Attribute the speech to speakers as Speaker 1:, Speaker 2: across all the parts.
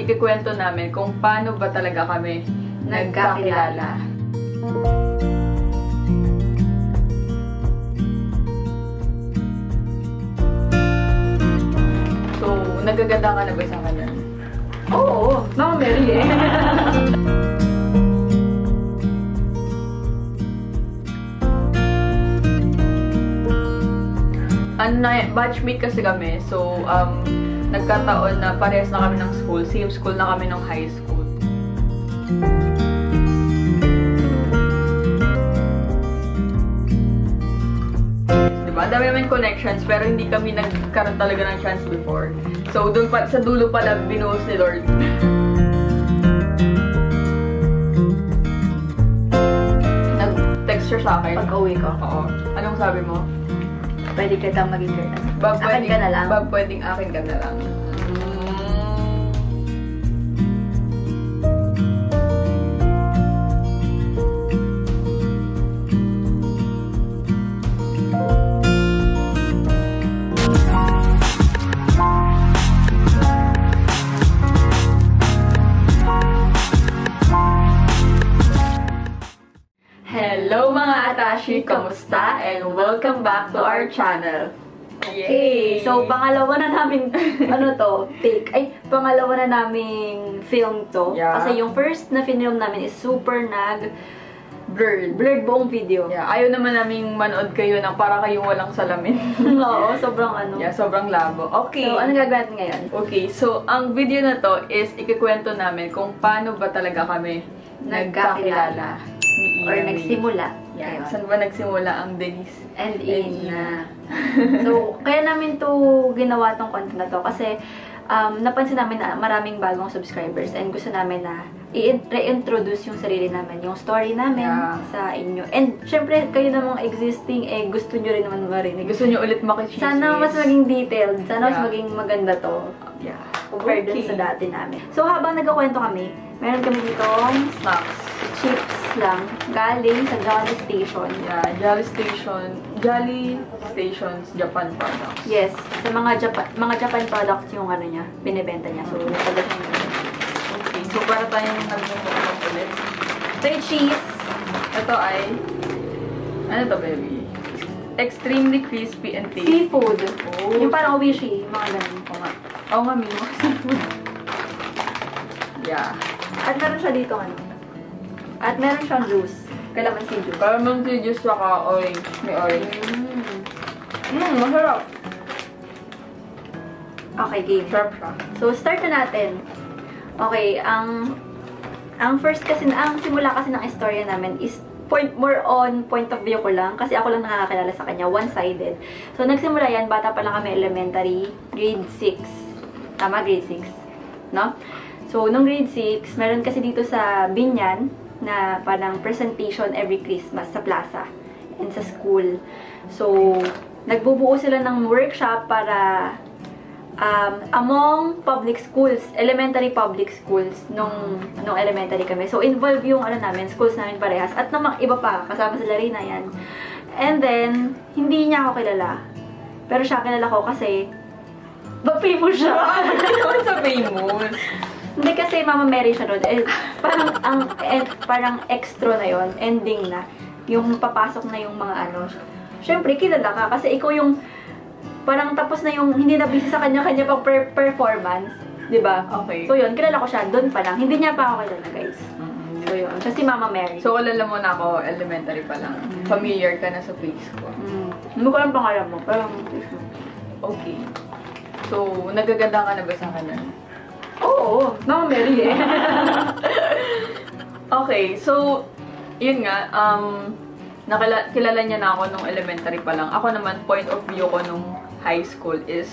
Speaker 1: ikikwento namin kung paano ba talaga kami nagkakilala. So, nagaganda ka na ba sa kanya? Oo, Mama Mary eh. ano na, batchmate kasi kami. So, um, nagkataon na parehas na kami ng school. Same school na kami ng high school. Diba? Dami namin connections, pero hindi kami nagkaroon talaga ng chance before. So, doon pa, sa dulo pala, binuhos ni Lord. Nag-text siya sa akin.
Speaker 2: Pag-uwi ko.
Speaker 1: Oo. Anong sabi mo?
Speaker 2: Pwede kita maging
Speaker 1: Ba,
Speaker 2: girl. Akin ka na lang.
Speaker 1: Ba, pwedeng akin ka na lang. Hello mga Atashi! Kamusta? And welcome back to our channel. Yay!
Speaker 2: Okay, so pangalawa na namin, ano to, take. Ay, pangalawa na naming film to.
Speaker 1: Yeah.
Speaker 2: Kasi yung first na film namin is super nag,
Speaker 1: blurred.
Speaker 2: blurred buong video.
Speaker 1: Yeah, ayaw naman naming manood kayo ng para kayong walang salamin.
Speaker 2: Oo, sobrang ano.
Speaker 1: yeah, sobrang labo. Okay.
Speaker 2: So, ano gagawin natin ngayon?
Speaker 1: Okay, so ang video na to is ikikwento namin kung paano ba talaga kami nagkakilala
Speaker 2: Nagkakilala.
Speaker 1: ni Ian.
Speaker 2: Or nagsimula.
Speaker 1: Yeah,
Speaker 2: Ayun.
Speaker 1: saan ba nagsimula ang Denise?
Speaker 2: And
Speaker 1: And
Speaker 2: Ina. so, kaya namin to ginawa tong content na to kasi um, napansin namin na maraming bagong subscribers and gusto namin na i-reintroduce yung sarili namin, yung story namin
Speaker 1: Yeah.
Speaker 2: sa inyo. And syempre, kayo namang existing, eh gusto nyo rin naman marinig.
Speaker 1: Gusto niyo ulit makichismis?
Speaker 2: Sana mas maging detailed, sana mas
Speaker 1: Yeah.
Speaker 2: maging maganda to
Speaker 1: Yeah.
Speaker 2: compared dun
Speaker 1: Okay.
Speaker 2: sa dati namin. So, habang nagkakwento kami, meron kami ditong
Speaker 1: Snacks.
Speaker 2: chips lang galing sa Jolly Station.
Speaker 1: Yeah, Jolly Station. Jolly Stations Japan products.
Speaker 2: Yes, sa mga Japan, mga Japan products yung ano niya, binebenta niya. So, talagang
Speaker 1: Okay, so para tayong nagmumukulong ulit.
Speaker 2: Three cheese.
Speaker 1: Ito ay... Ano to, baby? Extremely crispy and tasty.
Speaker 2: Seafood.
Speaker 1: Oh.
Speaker 2: Yung parang owishi, mga ganun.
Speaker 1: Oo nga. Oo nga, Mimo. yeah.
Speaker 2: At meron siya dito ano. At meron siyang juice. Kailangan si juice.
Speaker 1: Caramel si juice saka orange. May orange.
Speaker 2: Mm.
Speaker 1: Mmm, masarap.
Speaker 2: Okay, game.
Speaker 1: Sarap siya.
Speaker 2: So, start na natin. Okay, ang ang first kasi, ang simula kasi ng istorya namin is point more on point of view ko lang kasi ako lang nakakakilala sa kanya, one-sided. So, nagsimula yan, bata pa lang kami elementary, grade 6. Tama, grade 6. No? So, nung grade 6, meron kasi dito sa Binyan na parang presentation every Christmas sa plaza and sa school. So, nagbubuo sila ng workshop para um, among public schools, elementary public schools nung nung elementary kami. So involve yung ano namin, schools namin parehas at namang iba pa kasama sila rin na yan. And then hindi niya ako kilala. Pero siya kilala ko kasi ba-famous siya.
Speaker 1: Ano sa famous?
Speaker 2: hindi kasi Mama Mary siya nun. Eh, parang ang eh, parang extra na yon, ending na. Yung papasok na yung mga ano. Siyempre, kilala ka kasi ikaw yung parang tapos na yung hindi na busy sa kanya-kanya pang per- performance, 'di ba?
Speaker 1: Okay.
Speaker 2: So yun, kilala ko siya doon pa lang. Hindi niya pa ako kilala, guys. So yun, siya si Mama Mary.
Speaker 1: So, kilala mo na ako, elementary pa lang. Familiar ka na sa face ko.
Speaker 2: mm, hindi ko alam pangalan mo, pero
Speaker 1: Okay. So, nagaganda ka na ba sa kanya?
Speaker 2: Oo, Mama Mary eh.
Speaker 1: Okay, so, yun nga, um, nakala- kilala niya na ako nung elementary pa lang. Ako naman, point of view ko nung high school is,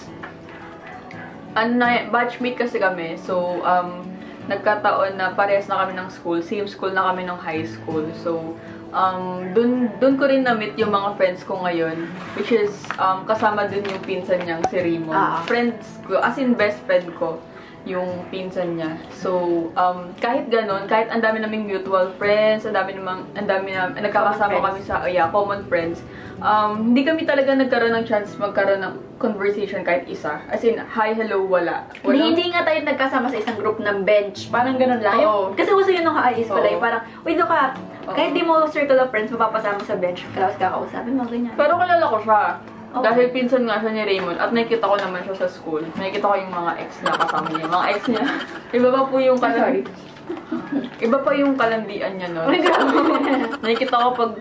Speaker 1: ano na, batchmate kasi kami. So, um, nagkataon na parehas na kami ng school. Same school na kami nung high school. So, um, dun, dun ko rin na-meet yung mga friends ko ngayon. Which is, um, kasama dun yung pinsan niyang si Raymond.
Speaker 2: Ah.
Speaker 1: Friends ko, as in best friend ko. yung pinsan niya. So, um, kahit ganun, kahit ang dami naming mutual friends, ang dami namang, ang dami na, nagkakasama
Speaker 2: Common
Speaker 1: kami sa, yeah, common friends, um, hindi kami talaga nagkaroon ng chance magkaroon ng conversation kahit isa. As in, hi, hello, wala.
Speaker 2: Hindi,
Speaker 1: Walang-
Speaker 2: hindi nga tayo nagkasama sa isang group ng bench. Parang ganun lang.
Speaker 1: Oo.
Speaker 2: Yung- Kasi uso yun nung kaayos pala.
Speaker 1: Oo.
Speaker 2: Yung parang, uy, do ka.
Speaker 1: Oo.
Speaker 2: Kahit di mo circle of friends, mapapasama sa bench. Tapos kakausapin mo, ganyan.
Speaker 1: Pero kilala ko siya.
Speaker 2: Oo.
Speaker 1: Dahil pinsan nga siya ni Raymond at nakikita ko naman siya sa school. Nakikita ko yung mga ex niya kasama niya. Yung Mga ex niya. Iba pa po yung
Speaker 2: I'm sorry.
Speaker 1: kalan... Iba pa yung kalandian niya nun.
Speaker 2: Oh my God.
Speaker 1: nakikita ko pag,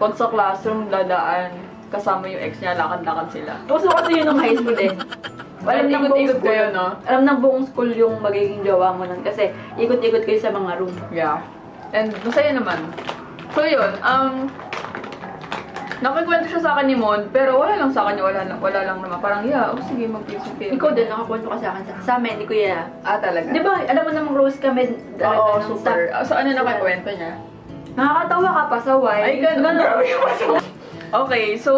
Speaker 1: pag sa classroom dadaan kasama yung ex niya, lakad-lakad sila.
Speaker 2: Uso kasi yun nung high school eh. Alam ng buong
Speaker 1: Ikot-ikot
Speaker 2: school.
Speaker 1: kayo, no?
Speaker 2: Alam ng buong school yung magiging jowa mo nun. Kasi ikot-ikot kayo sa mga room.
Speaker 1: Yeah. And masaya naman. So yun, um, nakikwento siya sa akin ni Mon, pero wala lang sa akin, wala, lang- wala lang naman. Parang, yeah, oh, sige, mag-isip kayo.
Speaker 2: Ikaw din, nakakwento ka sa akin. Sa, sa amin, ni Kuya.
Speaker 1: Ah, talaga?
Speaker 2: Di ba, alam mo namang rose kami.
Speaker 1: Oo,
Speaker 2: dahil ano,
Speaker 1: super.
Speaker 2: sa-
Speaker 1: Ah, So, ano nakakwento niya?
Speaker 2: Nakakatawa ka pa sa wine.
Speaker 1: Ay, ganun. Grabe yung masama. Okay, so,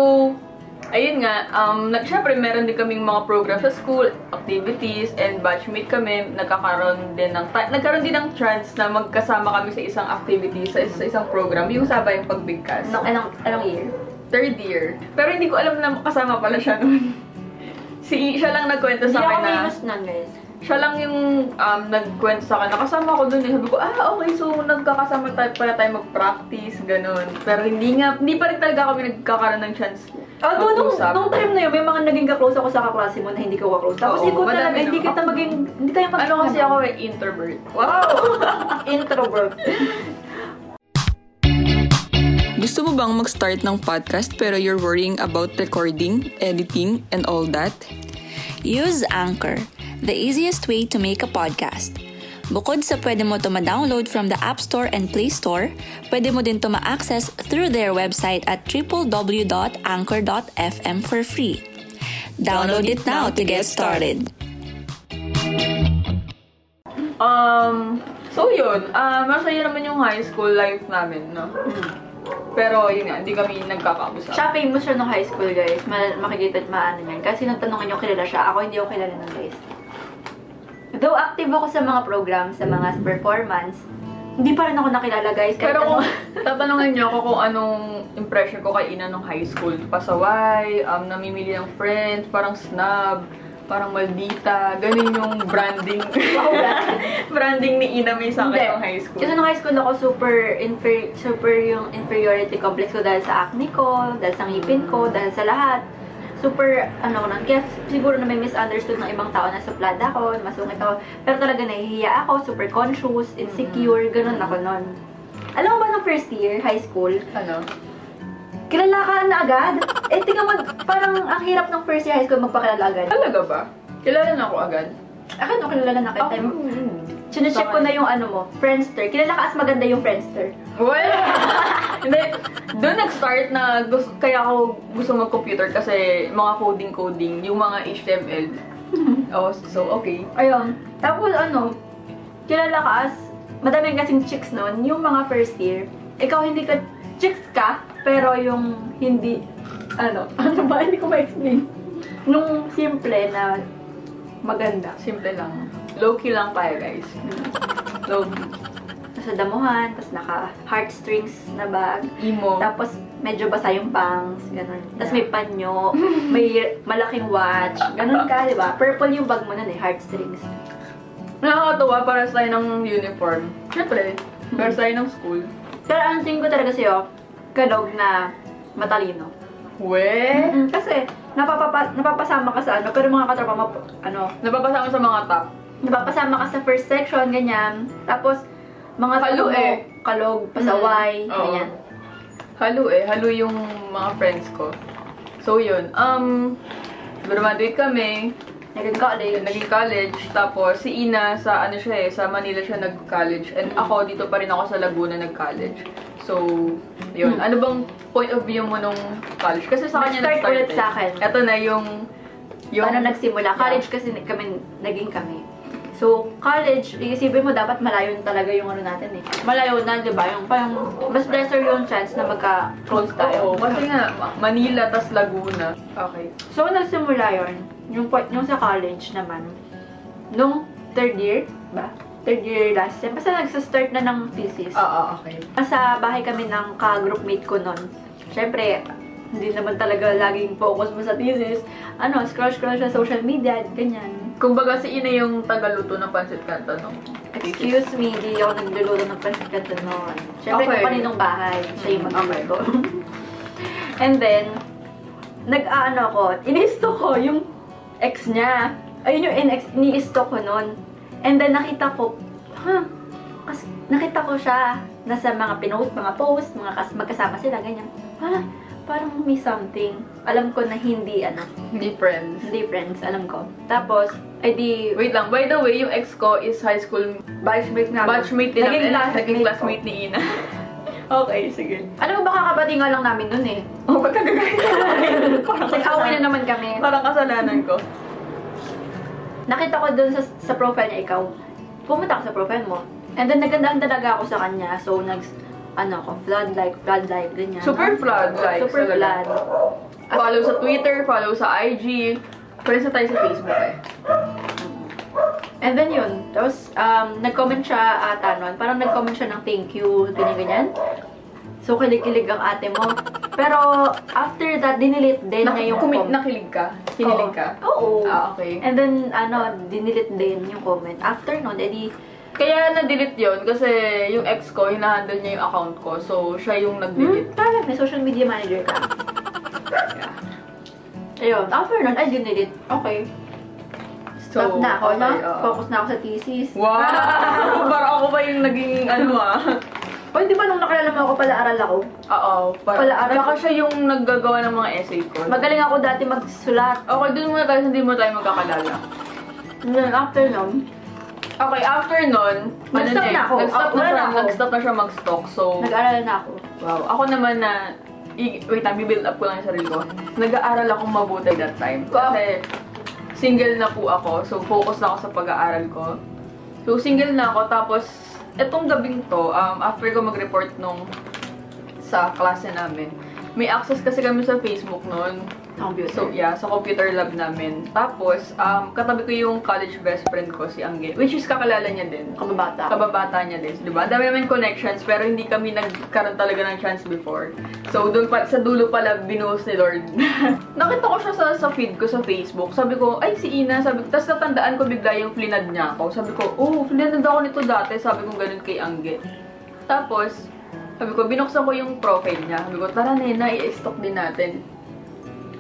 Speaker 1: ayun nga, um, nag, syempre, meron din kaming mga program sa school, activities, and batchmate kami, nagkakaroon din ng, ta- nagkaroon din ng chance na magkasama kami sa isang activity, sa, sa isang program, yung sabay yung pagbigkas.
Speaker 2: Anong, anong, anong year?
Speaker 1: Third year. Pero hindi ko alam na kasama pala siya noon. Si, siya lang nagkwento
Speaker 2: Hindi
Speaker 1: sa akin ah.
Speaker 2: ako
Speaker 1: na...
Speaker 2: famous nun, guys.
Speaker 1: siya lang yung um, nagkwento sa akin. Nakasama ko dun eh. Sabi ko, ah, okay, so nagkakasama tayo, pala tayo mag-practice, ganun. Pero hindi nga, hindi pa rin talaga kami nagkakaroon ng chance
Speaker 2: Although, Ah, nung,
Speaker 1: mag-usap.
Speaker 2: nung time na yun, may mga naging kaklose ako sa kaklase mo na hindi ko kaklose. Tapos
Speaker 1: Oo,
Speaker 2: ikaw talaga,
Speaker 1: madami
Speaker 2: hindi
Speaker 1: na.
Speaker 2: kita maging, hindi tayo mag-
Speaker 1: Ano kasi ako eh, introvert. Wow!
Speaker 2: introvert.
Speaker 3: Gusto mo bang mag-start ng podcast pero you're worrying about recording, editing, and all that?
Speaker 4: Use Anchor, the easiest way to make a podcast. Bukod sa pwede mo to ma-download from the App Store and Play Store, pwede mo din to ma-access through their website at www.anchor.fm for free. Download it now to get started.
Speaker 1: Um, so yun, ah, masaya naman yung high school life namin, no? Pero yun nga, hindi kami nagkakausap.
Speaker 2: Siya famous siya nung high school, guys. Ma- makikita at maano niyan. Kasi nung tanong niyo kilala siya, ako hindi ako kilala nun, guys. Though active ako sa mga program, sa mga performance, hindi pa rin ako nakilala, guys. Kahit
Speaker 1: Pero kung
Speaker 2: ano-
Speaker 1: tatanungin niyo ako kung anong impression ko kay Ina nung high school, pasaway, um, namimili ng friends, parang snob, parang maldita, ganun yung branding. branding ni Ina may sa akin nung high school.
Speaker 2: Kasi nung high school ako, super, infer- super yung inferiority complex ko dahil sa acne ko, dahil sa ngipin ko,
Speaker 1: Mm.
Speaker 2: dahil sa lahat. Super, ano nun, kaya siguro na may misunderstood ng ibang tao na suplada ko, masungit ako. Pero talaga nahihiya ako, super conscious,
Speaker 1: Mm.
Speaker 2: insecure, ganun ako nun. Alam mo ba nung first year, high school,
Speaker 1: ano?
Speaker 2: kilala ka na agad? Eh, tingnan mo, parang ang hirap ng first year high school magpakilala agad.
Speaker 1: Talaga ba? Kilala na ako agad.
Speaker 2: Ako, no, kilala na kita.
Speaker 1: Ako, mm,
Speaker 2: Chinecheck ko na yung ano mo, Friendster. Kilala ka as maganda yung Friendster.
Speaker 1: Wala! Hindi, doon nag-start na gusto, kaya ako gusto mag-computer kasi mga coding-coding, yung mga HTML. oh, so okay.
Speaker 2: Ayun. Tapos ano, kilala ka as, madami kasing chicks noon, yung mga first year. Ikaw hindi ka, chicks ka, pero yung hindi, ano, ano ba, hindi ko ma-explain. Nung simple na maganda.
Speaker 1: Simple lang. Low-key lang tayo, guys. Low-key.
Speaker 2: Nasa damuhan, tapos naka heartstrings na bag.
Speaker 1: Emo.
Speaker 2: Tapos medyo basa yung bangs, ganun. Tapos may panyo, may malaking watch, ganun ka, di ba? Purple yung bag mo nun eh, heartstrings.
Speaker 1: Nakakatuwa para sa ng uniform. Siyempre, para sa ng school.
Speaker 2: Pero ang tingin ko talaga sa'yo, kanog na matalino.
Speaker 1: We!
Speaker 2: Mm, kasi napapapa, napapasama ka sa ano, pero mga katropa mo, ano,
Speaker 1: Napapasa ko sa mga top.
Speaker 2: napapasama ka sa first section, ganyan. Tapos, mga
Speaker 1: Halo
Speaker 2: tropa mo,
Speaker 1: eh.
Speaker 2: kalog, pasaway,
Speaker 1: Mm. Oo.
Speaker 2: ganyan.
Speaker 1: Halo eh. Halo yung mga friends ko. So yun. Um, graduate kami.
Speaker 2: Naging college.
Speaker 1: Naging college. Tapos si Ina sa ano siya eh, sa Manila siya nag-college. And ako dito pa rin ako sa Laguna nag-college. So, yun. Ano bang point of view mo nung college? Kasi sa kanya
Speaker 2: Hmm. Nag-start
Speaker 1: nag-start
Speaker 2: ulit
Speaker 1: eh.
Speaker 2: sa akin.
Speaker 1: Ito na yung... yung
Speaker 2: Paano ano, nagsimula? College kasi kami, naging kami. So, college, iisipin mo dapat malayo na talaga yung ano natin eh. Malayo na, di ba? Yung parang, mas lesser yung chance na magka-close
Speaker 1: Oo,
Speaker 2: tayo.
Speaker 1: kasi nga, Ma- Manila tas Laguna. Okay.
Speaker 2: So, nagsimula yun, yung, point- yung sa college naman, nung third year ba? Third year last sem. Basta nagsa-start na ng thesis.
Speaker 1: Oo, Ah, okay.
Speaker 2: Nasa bahay kami ng ka-groupmate ko noon. Siyempre, hindi naman talaga laging focus mo sa thesis. Ano, scroll-scroll sa social media, ganyan.
Speaker 1: Kumbaga si Ina yung tagaluto ng pancit kanta, no?
Speaker 2: Excuse me, di ako nagluluto ng presikata noon. Siyempre,
Speaker 1: Okay.
Speaker 2: okay. kapaninong bahay. Siya
Speaker 1: Mm,
Speaker 2: yung
Speaker 1: okay.
Speaker 2: mag-luto. And then, nag-ano ko, inisto ko yung ex niya. Ayun yung ex, iniisto ko noon. And then, nakita ko, huh, kasi nakita ko siya nasa mga pinost, mga post, mga kas magkasama sila, ganyan. Parang, parang may something. Alam ko na hindi, ano,
Speaker 1: Hindi friends.
Speaker 2: hindi friends, alam ko. Tapos, ay di,
Speaker 1: Wait lang, by the way, yung ex ko is high school
Speaker 5: Batchmate namin.
Speaker 1: batchmate din
Speaker 2: Naging
Speaker 1: namin.
Speaker 2: classmate
Speaker 1: Naging
Speaker 2: ko.
Speaker 1: classmate ni Ina.
Speaker 2: okay, sige.
Speaker 5: Alam mo ba kakabati nga lang namin nun eh.
Speaker 1: Oo, ba't nagagaya Oh, Parang
Speaker 2: Nag-away
Speaker 1: kasalanan.
Speaker 2: na naman kami.
Speaker 1: Parang kasalanan ko.
Speaker 2: nakita ko dun sa, sa profile niya ikaw, pumunta ako sa profile mo. And then nagandahan talaga ako sa kanya. So nag ano ako, flood like, flood like, ganyan.
Speaker 1: Super flood, like,
Speaker 2: Super
Speaker 1: talaga.
Speaker 2: flood.
Speaker 1: Follow sa Twitter, follow sa IG. Friends na tayo sa Facebook eh.
Speaker 2: And then yun, tapos um, nag-comment siya ata nun, parang nag-comment siya ng thank you, ganyan-ganyan. So kilig-kilig ang ate mo. Pero after that, dinelete din
Speaker 1: Nak-
Speaker 2: niya yung
Speaker 1: kumi-
Speaker 2: comment.
Speaker 1: nakilig ka? Kinilig ka?
Speaker 2: Oo.
Speaker 1: Ah, okay.
Speaker 2: And then, ano, dinelete din yung comment. After nun, edi,
Speaker 1: Kaya na-delete yun kasi yung ex ko, hinahandle niya yung account ko. So, siya yung
Speaker 2: Hmm?
Speaker 1: nag-delete.
Speaker 2: Parang may social media manager ka. Ayun. After nun, I deleted. Okay.
Speaker 1: So,
Speaker 2: Stop na ako, no?
Speaker 1: okay, oo.
Speaker 2: Focus na ako sa thesis.
Speaker 1: Wow! Parang ako ba yung naging ano ah?
Speaker 2: O, di ba nung nakilala mo ako, pala aral ako?
Speaker 1: Oo. Parang,
Speaker 2: Wala, aral-
Speaker 1: baka siya yung naggagawa ng mga essay ko.
Speaker 2: Magaling ako dati magsulat.
Speaker 1: okay, dun muna tayo sa hindi mo tayo magkakalala.
Speaker 2: And then, after nun,
Speaker 1: Okay, after nun,
Speaker 2: Nag-stop na ako.
Speaker 1: Nag-stop
Speaker 2: Ah,
Speaker 1: na
Speaker 2: wala
Speaker 1: siya,
Speaker 2: na ako.
Speaker 1: nag-stop na siya mag-stalk. So,
Speaker 2: nag-aral na ako.
Speaker 1: wow. Ako naman na, i- wait lang, build up ko lang yung sarili ko. Nag-aaral akong mabuti that time.
Speaker 2: Wow.
Speaker 1: Kasi, single na po ako. So, focus na ako sa pag-aaral ko. So, single na ako. Tapos, etong gabing to, um, after ko mag-report nung sa klase namin, may access kasi kami sa Facebook noon.
Speaker 2: Computer.
Speaker 1: So, yeah, sa computer lab namin. Tapos, um, katabi ko yung college best friend ko, si Angge, which is kakalala niya din.
Speaker 2: Kamabata.
Speaker 1: Kababata niya din, di ba? Dami namin connections, pero hindi kami nagkaroon talaga ng chance before. So, doon pa, sa dulo pala, binuhos ni Lord. Nakita ko siya sa, sa feed ko sa Facebook. Sabi ko, ay, si Ina. Sabi ko, tapos natandaan ko bigla yung flinad niya ako. Sabi ko, oh, flinad ako nito dati. Sabi ko, ganun kay Angge. Tapos, sabi ko, binuksan ko yung profile niya. Sabi ko, tara nena, i-stalk din natin.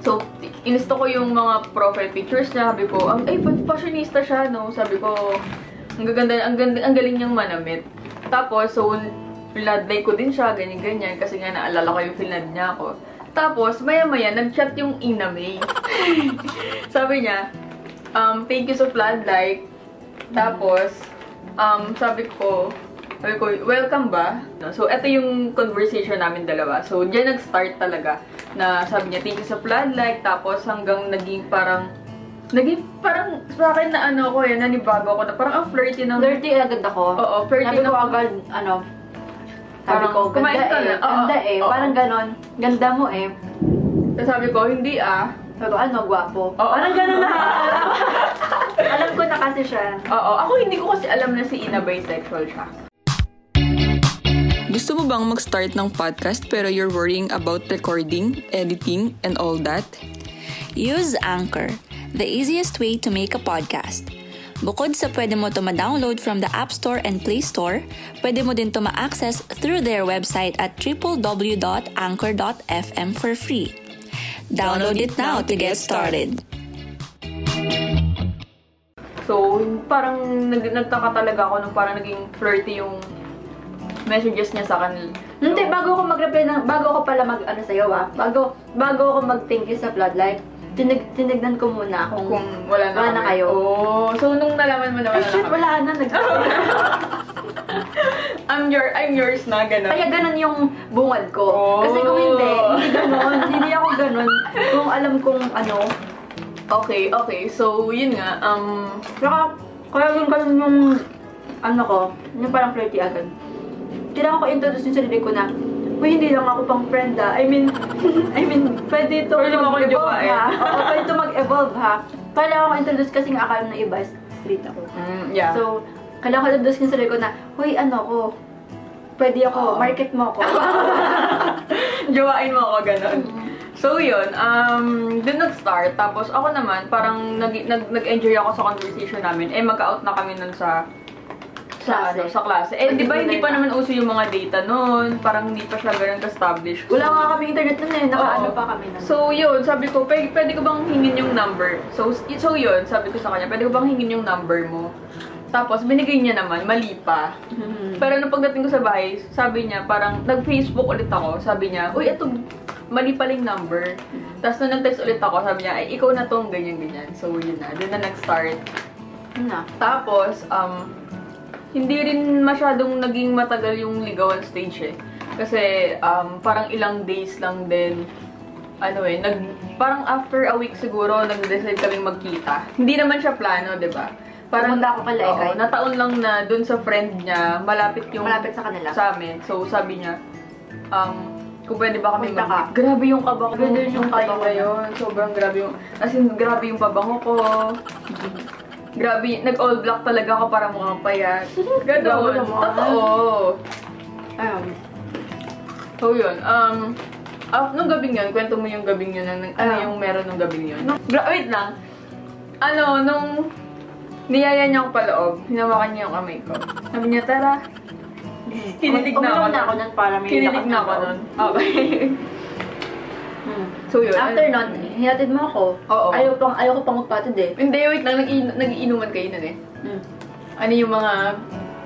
Speaker 1: So, inisto ko yung mga profile pictures niya. Sabi ko, ang, ay, fa- fashionista siya, no? Sabi ko, ang gaganda, ang, ganda, ang galing niyang manamit. Tapos, so, pinadlay ko din siya, ganyan-ganyan. Kasi nga, naalala ko yung pinad niya ako. Tapos, maya-maya, nag-chat yung Ina May. sabi niya, um, thank you sa flood like. Tapos, um, sabi ko, sabi ko, welcome ba? So, ito yung conversation namin dalawa. So, diyan nag-start talaga na sabi niya, thank you sa flood like. Tapos, hanggang naging parang, naging parang sa akin na ano ko eh, nanibago ako na parang ang flirty ng...
Speaker 2: Flirty agad ako.
Speaker 1: Oo, flirty
Speaker 2: Sabi ko
Speaker 1: ng-
Speaker 2: agad, ano, sabi
Speaker 1: Parang,
Speaker 2: ko,
Speaker 1: kumain
Speaker 2: ganda
Speaker 1: ka
Speaker 2: eh,
Speaker 1: na. Oo,
Speaker 2: ganda eh,
Speaker 1: oo.
Speaker 2: parang ganon. Ganda mo eh.
Speaker 1: Tapos sabi ko, hindi ah.
Speaker 2: Sabi ko, ano, gwapo.
Speaker 1: Oo.
Speaker 2: Parang ganon na. Alam, alam ko na kasi siya.
Speaker 1: Oo, ako hindi ko kasi alam na si Ina bisexual siya.
Speaker 3: Gusto mo bang mag-start ng podcast pero you're worrying about recording, editing, and all that?
Speaker 4: Use Anchor, the easiest way to make a podcast. Bukod sa pwede mo to ma-download from the App Store and Play Store, pwede mo din to ma-access through their website at www.anchor.fm for free. Download it now to get started.
Speaker 1: So, parang nag nagtaka talaga ako nung parang naging flirty yung messages niya sa akin.
Speaker 4: Hmm,
Speaker 2: Hindi, bago ako mag-reply ng, bago ako pala mag, ano sa'yo ah, bago, bago ako mag-thank you sa floodlight, tinig, tinignan ko muna kung,
Speaker 1: Kung wala na,
Speaker 2: Wala na
Speaker 1: kami.
Speaker 2: kayo.
Speaker 1: Oo. So, nung nalaman mo na wala
Speaker 2: ay
Speaker 4: Ah,
Speaker 1: na
Speaker 2: shit,
Speaker 1: kami,
Speaker 2: wala na, nag
Speaker 1: I'm, your, I'm yours na, gano'n.
Speaker 2: Kaya ganun yung bungad ko.
Speaker 1: Oh.
Speaker 2: Kasi kung hindi, hindi ganun, hindi ako ganun. Kung alam kong ano,
Speaker 1: Okay, okay. So, yun nga. Um,
Speaker 2: saka, kaya yung ganun yung, ano ko, yung parang flirty agad. Kailangan ko introduce yung sarili ko na, Uy, hindi lang ako pang friend ah. I mean, I mean, pwede ito
Speaker 1: Pwede mo eh." akong
Speaker 2: mag-evolve
Speaker 1: jowain.
Speaker 2: ha. Oo, pwede ito mag-evolve ha. Kailangan ko introduce kasi ang akala ng iba is street ako.
Speaker 1: Mm, yeah.
Speaker 2: So, kailangan ko labdas yung sarili ko na, Hoy, ano ko, pwede ako, market mo ako.
Speaker 1: Jowain mo ako, ganun. So, yun. Um, dun nag-start. Tapos, ako naman, parang nag- nag- nag-enjoy ako sa conversation namin. Eh, mag-out na kami nun sa sa
Speaker 2: Klase.
Speaker 1: ano, sa klase. Eh, di ba hindi pa naman uso yung mga data nun? Parang hindi pa siya ganun established
Speaker 2: Wala nga kami internet nun eh, nakaano
Speaker 1: Oo.
Speaker 2: pa kami nun.
Speaker 1: So, yun, sabi ko, pwede, pwede ko bang hingin yung number? So, so yun, sabi ko sa kanya, pwede ko bang hingin yung number mo? Tapos, binigay niya naman, mali pa.
Speaker 2: Mm-hmm.
Speaker 1: Pero nung pagdating ko sa bahay, sabi niya, parang nag-Facebook ulit ako. Sabi niya, uy, eto, mali pala yung number. Tapos nung nag-text ulit ako, sabi niya, ay, ikaw na tong ganyan-ganyan. So, yun na, doon na nag-start.
Speaker 2: Yun na.
Speaker 1: Tapos, um, hindi rin masyadong naging matagal yung ligawan stage eh. Kasi um, parang ilang days lang din, ano eh, nag, parang after a week siguro, nag-decide kaming magkita. Hindi naman siya plano, di ba?
Speaker 2: Pumunta ako kay Laikay.
Speaker 1: Oo, nataon lang na dun sa friend niya, malapit yung...
Speaker 2: Malapit sa kanila.
Speaker 1: Sa amin. So, sabi niya, um, kung pwede ba kami
Speaker 2: Punta ka.
Speaker 1: mag- Grabe yung kaba ko.
Speaker 2: Grabe
Speaker 1: Grabe yung
Speaker 2: yung
Speaker 1: time
Speaker 2: kaba ko.
Speaker 1: na yun. Sobrang grabe yung... As in, grabe yung pabango ko. Grabe, nag-all black talaga ako para mukhang payat.
Speaker 2: Grabe
Speaker 1: Ganun.
Speaker 2: naman.
Speaker 1: Totoo.
Speaker 2: Um,
Speaker 1: So yun, um, ah, nung gabing yun, kwento mo yung gabing yun, ano, ano
Speaker 2: Ah.
Speaker 1: yung meron nung gabing yun. Gra- wait lang. Ano, nung niyaya niya ako paloob, hinawakan niya yung kamay ko. Sabi niya, tara. Kinilig na ako.
Speaker 2: uminom na ako nun para may
Speaker 1: Kinilig
Speaker 2: lakad
Speaker 1: na ako
Speaker 2: ako.
Speaker 1: nun. Okay.
Speaker 2: Hmm.
Speaker 1: so yun.
Speaker 2: After nun, hinatid mo ako.
Speaker 1: Oo.
Speaker 2: Ayaw, pang, ayaw ko pang magpatid eh.
Speaker 1: Hindi, wait lang. nag-iin- Nag-iinuman kayo nun eh.
Speaker 2: Hmm.
Speaker 1: Ano yung mga...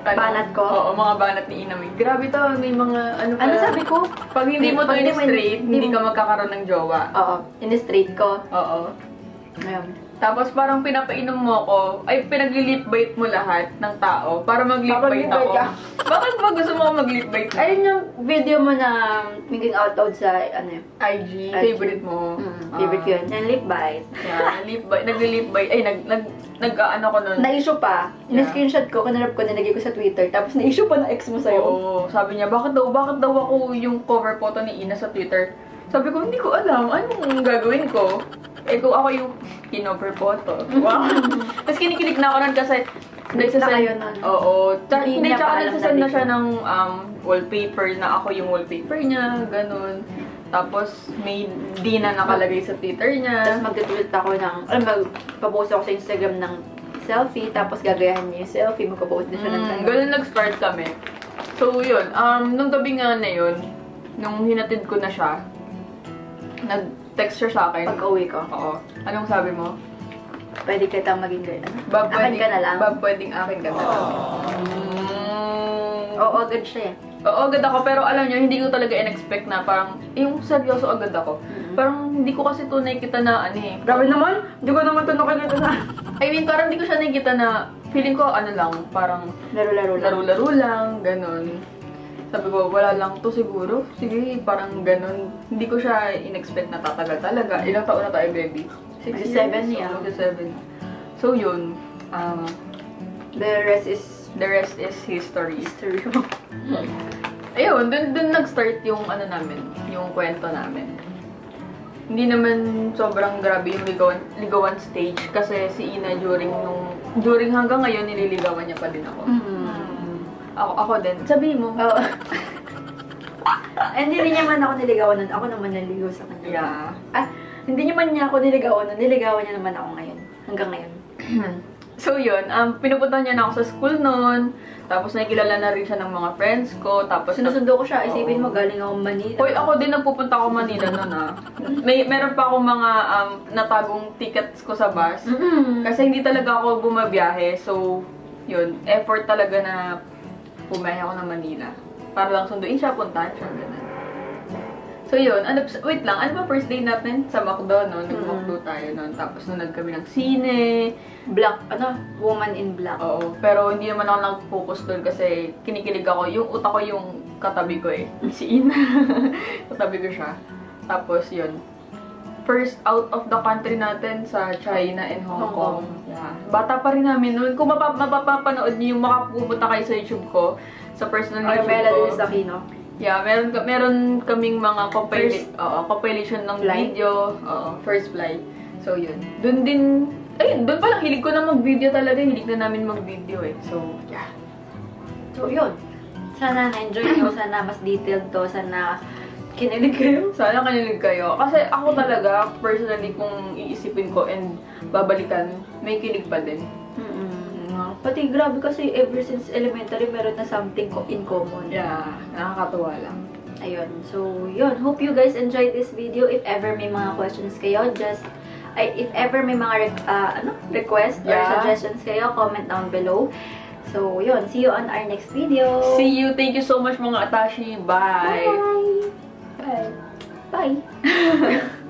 Speaker 1: ano-
Speaker 2: Banat ko?
Speaker 1: Oo, mga banat ni Inami. Grabe to, may mga ano
Speaker 2: Ano sabi ko?
Speaker 1: Pag hindi mo to
Speaker 2: Pag hindi mo-
Speaker 1: straight, hindi
Speaker 2: hindi
Speaker 1: ka
Speaker 2: mo-
Speaker 1: magkakaroon ng jowa.
Speaker 2: Oo, in-straight ko.
Speaker 1: Oo.
Speaker 2: Ayun.
Speaker 1: Tapos parang pinapainom mo ko, ay pinaglilip bait mo lahat ng tao para mag-lip bait
Speaker 2: Papaglip bait
Speaker 1: ako.
Speaker 2: ka.
Speaker 1: Bakit ba gusto mo ako mag-lip bait? Ay,
Speaker 2: Ayun yung video mo na making out loud sa ano yun.
Speaker 1: IG,
Speaker 2: IG.
Speaker 1: favorite mo. Ah.
Speaker 2: Mm, favorite ko yun. Yung lip bite.
Speaker 1: Yeah, lip bait, nagli-lip bait, ay nag nag nag ano ko noon.
Speaker 2: Na-issue pa.
Speaker 1: Yeah.
Speaker 2: Na-screenshot ko, kinarap ko, nilagay ko sa Twitter. Tapos na-issue pa ng ex mo sa'yo.
Speaker 1: Oo, sabi niya, bakit daw, bakit daw ako yung cover photo ni Ina sa Twitter? Sabi ko, hindi ko alam, anong gagawin ko? Eh, kung ako yung kinover photo. Wow. Tapos kinikilig na ako nun kasi
Speaker 2: Mix na
Speaker 1: nagsasend-
Speaker 2: kayo nun.
Speaker 1: Oo. Tsaka,
Speaker 2: Hindi
Speaker 1: hindi,
Speaker 2: niya pa
Speaker 1: tsaka
Speaker 2: alam
Speaker 1: nagsasend
Speaker 2: na
Speaker 1: na siya
Speaker 2: dito.
Speaker 1: ng um, wallpaper na ako yung wallpaper niya, ganun. Tapos, may di na nakalagay sa Twitter
Speaker 2: Tapos
Speaker 1: niya.
Speaker 2: mag-tweet ako ng, alam, magpapost ako sa Instagram ng selfie. Tapos gagayahin niya yung selfie, magpapost din siya
Speaker 1: Mm,
Speaker 2: ng ganun.
Speaker 1: ganun nag-start kami. So, yun. Um, nung gabi nga na yun, nung hinatid ko na siya, nag-text siya sa akin.
Speaker 2: Pag-uwi ko,
Speaker 1: Oo. Anong sabi mo?
Speaker 2: pwede kitang maging girl. Ano?
Speaker 1: Bab,
Speaker 2: Akin ka na lang.
Speaker 1: Bab, pwedeng akin ka na lang. Mm.
Speaker 2: Oo, good siya eh.
Speaker 1: Oo, agad ako. Pero alam nyo, hindi ko talaga in-expect na parang, yung seryoso agad ako. Parang hindi ko kasi to nakikita na ano eh.
Speaker 2: Mm-hmm. Grabe naman, hindi ko naman ito nakikita na.
Speaker 1: I mean, parang hindi ko siya nakikita na, feeling ko ano lang, parang
Speaker 2: Laro-laro lang.
Speaker 1: laro-laro lang, ganun. Sabi ko, wala lang to siguro. Sige, parang ganun. Hindi ko siya in-expect na tatagal talaga. Ilang taon na tayo, baby?
Speaker 2: Magsiseven niya.
Speaker 1: seven. So yun, um,
Speaker 2: The rest is
Speaker 1: the rest is history.
Speaker 2: history.
Speaker 1: Ayun, dun, dun nag-start yung ano namin, yung kwento namin. Hindi naman sobrang grabe yung ligawan, ligawan stage kasi si Ina during nung during hanggang ngayon nililigawan niya pa din ako. Ako ako din. Sabi mo.
Speaker 2: Oo. And hindi niya man ako niligawan nun. Ako naman naligaw sa kanya.
Speaker 1: Yeah.
Speaker 2: Ah, hindi naman niya ako niligawan nun. Niligawan niya naman ako ngayon. Hanggang ngayon.
Speaker 1: So yun, um, pinupunta niya na ako sa school noon. Tapos nakikilala na rin siya ng mga friends ko. Tapos
Speaker 2: Sinusundo ko siya. Isipin mo,
Speaker 1: Oo.
Speaker 2: galing ako Manila.
Speaker 1: Hoy, ako din nagpupunta ako Manila noon ah. May meron pa akong mga um, natagong tickets ko sa bus.
Speaker 2: Mm.
Speaker 1: Kasi hindi talaga ako bumabiyahe. So, yun, effort talaga na pumayahe ako ng Manila. Para lang sunduin siya, puntahan siya, ganun. So, yun. Ano, wait lang, ano ba first day natin? Sa McDo, no? Nag-McDo tayo noon. Tapos, nunod kami ng sine.
Speaker 2: Black, ano? Woman in black.
Speaker 1: Oo. Pero, hindi naman ako nag-focus doon kasi kinikilig ako. Yung utak ko yung katabi ko eh. Si Ina. katabi ko siya. Tapos, yun. First out of the country natin sa China and Hong,
Speaker 2: Hong
Speaker 1: Kong.
Speaker 2: Kong.
Speaker 1: Yeah. Bata pa rin namin noon. Kung mapap- mapapapanood niyo yung makapumunta kayo sa YouTube ko, sa personal YouTube
Speaker 2: Carmela
Speaker 1: ko.
Speaker 2: de Aquino.
Speaker 1: Yeah, meron ka- meron kaming mga compila-
Speaker 2: First
Speaker 1: oo, compilation ng
Speaker 2: fly?
Speaker 1: video, oo, first fly. So yun. Doon din Ayun, doon pa lang, hilig ko na mag-video talaga. Hilig na namin mag-video eh. So, yeah.
Speaker 2: So, yun. Sana na-enjoy nyo. Sana mas detailed to. Sana kinilig kayo.
Speaker 1: Sana kanilig kayo. Kasi ako talaga, personally, kung iisipin ko and babalikan, may kilig pa din.
Speaker 2: Mm-mm.
Speaker 1: Mm-hmm.
Speaker 2: Pati grabe kasi ever since elementary, meron na something ko in common.
Speaker 1: Yeah, nakakatuwa lang.
Speaker 2: Ayun. So, yun. Hope you guys enjoyed this video. If ever may mga questions kayo, just ay, if ever may mga re- ah, ano, request or
Speaker 1: Yeah.
Speaker 2: suggestions kayo, comment down below. So, yun. See you on our next video.
Speaker 1: See you. Thank you so much mga Atashi. Bye.
Speaker 2: Bye. Bye. Bye.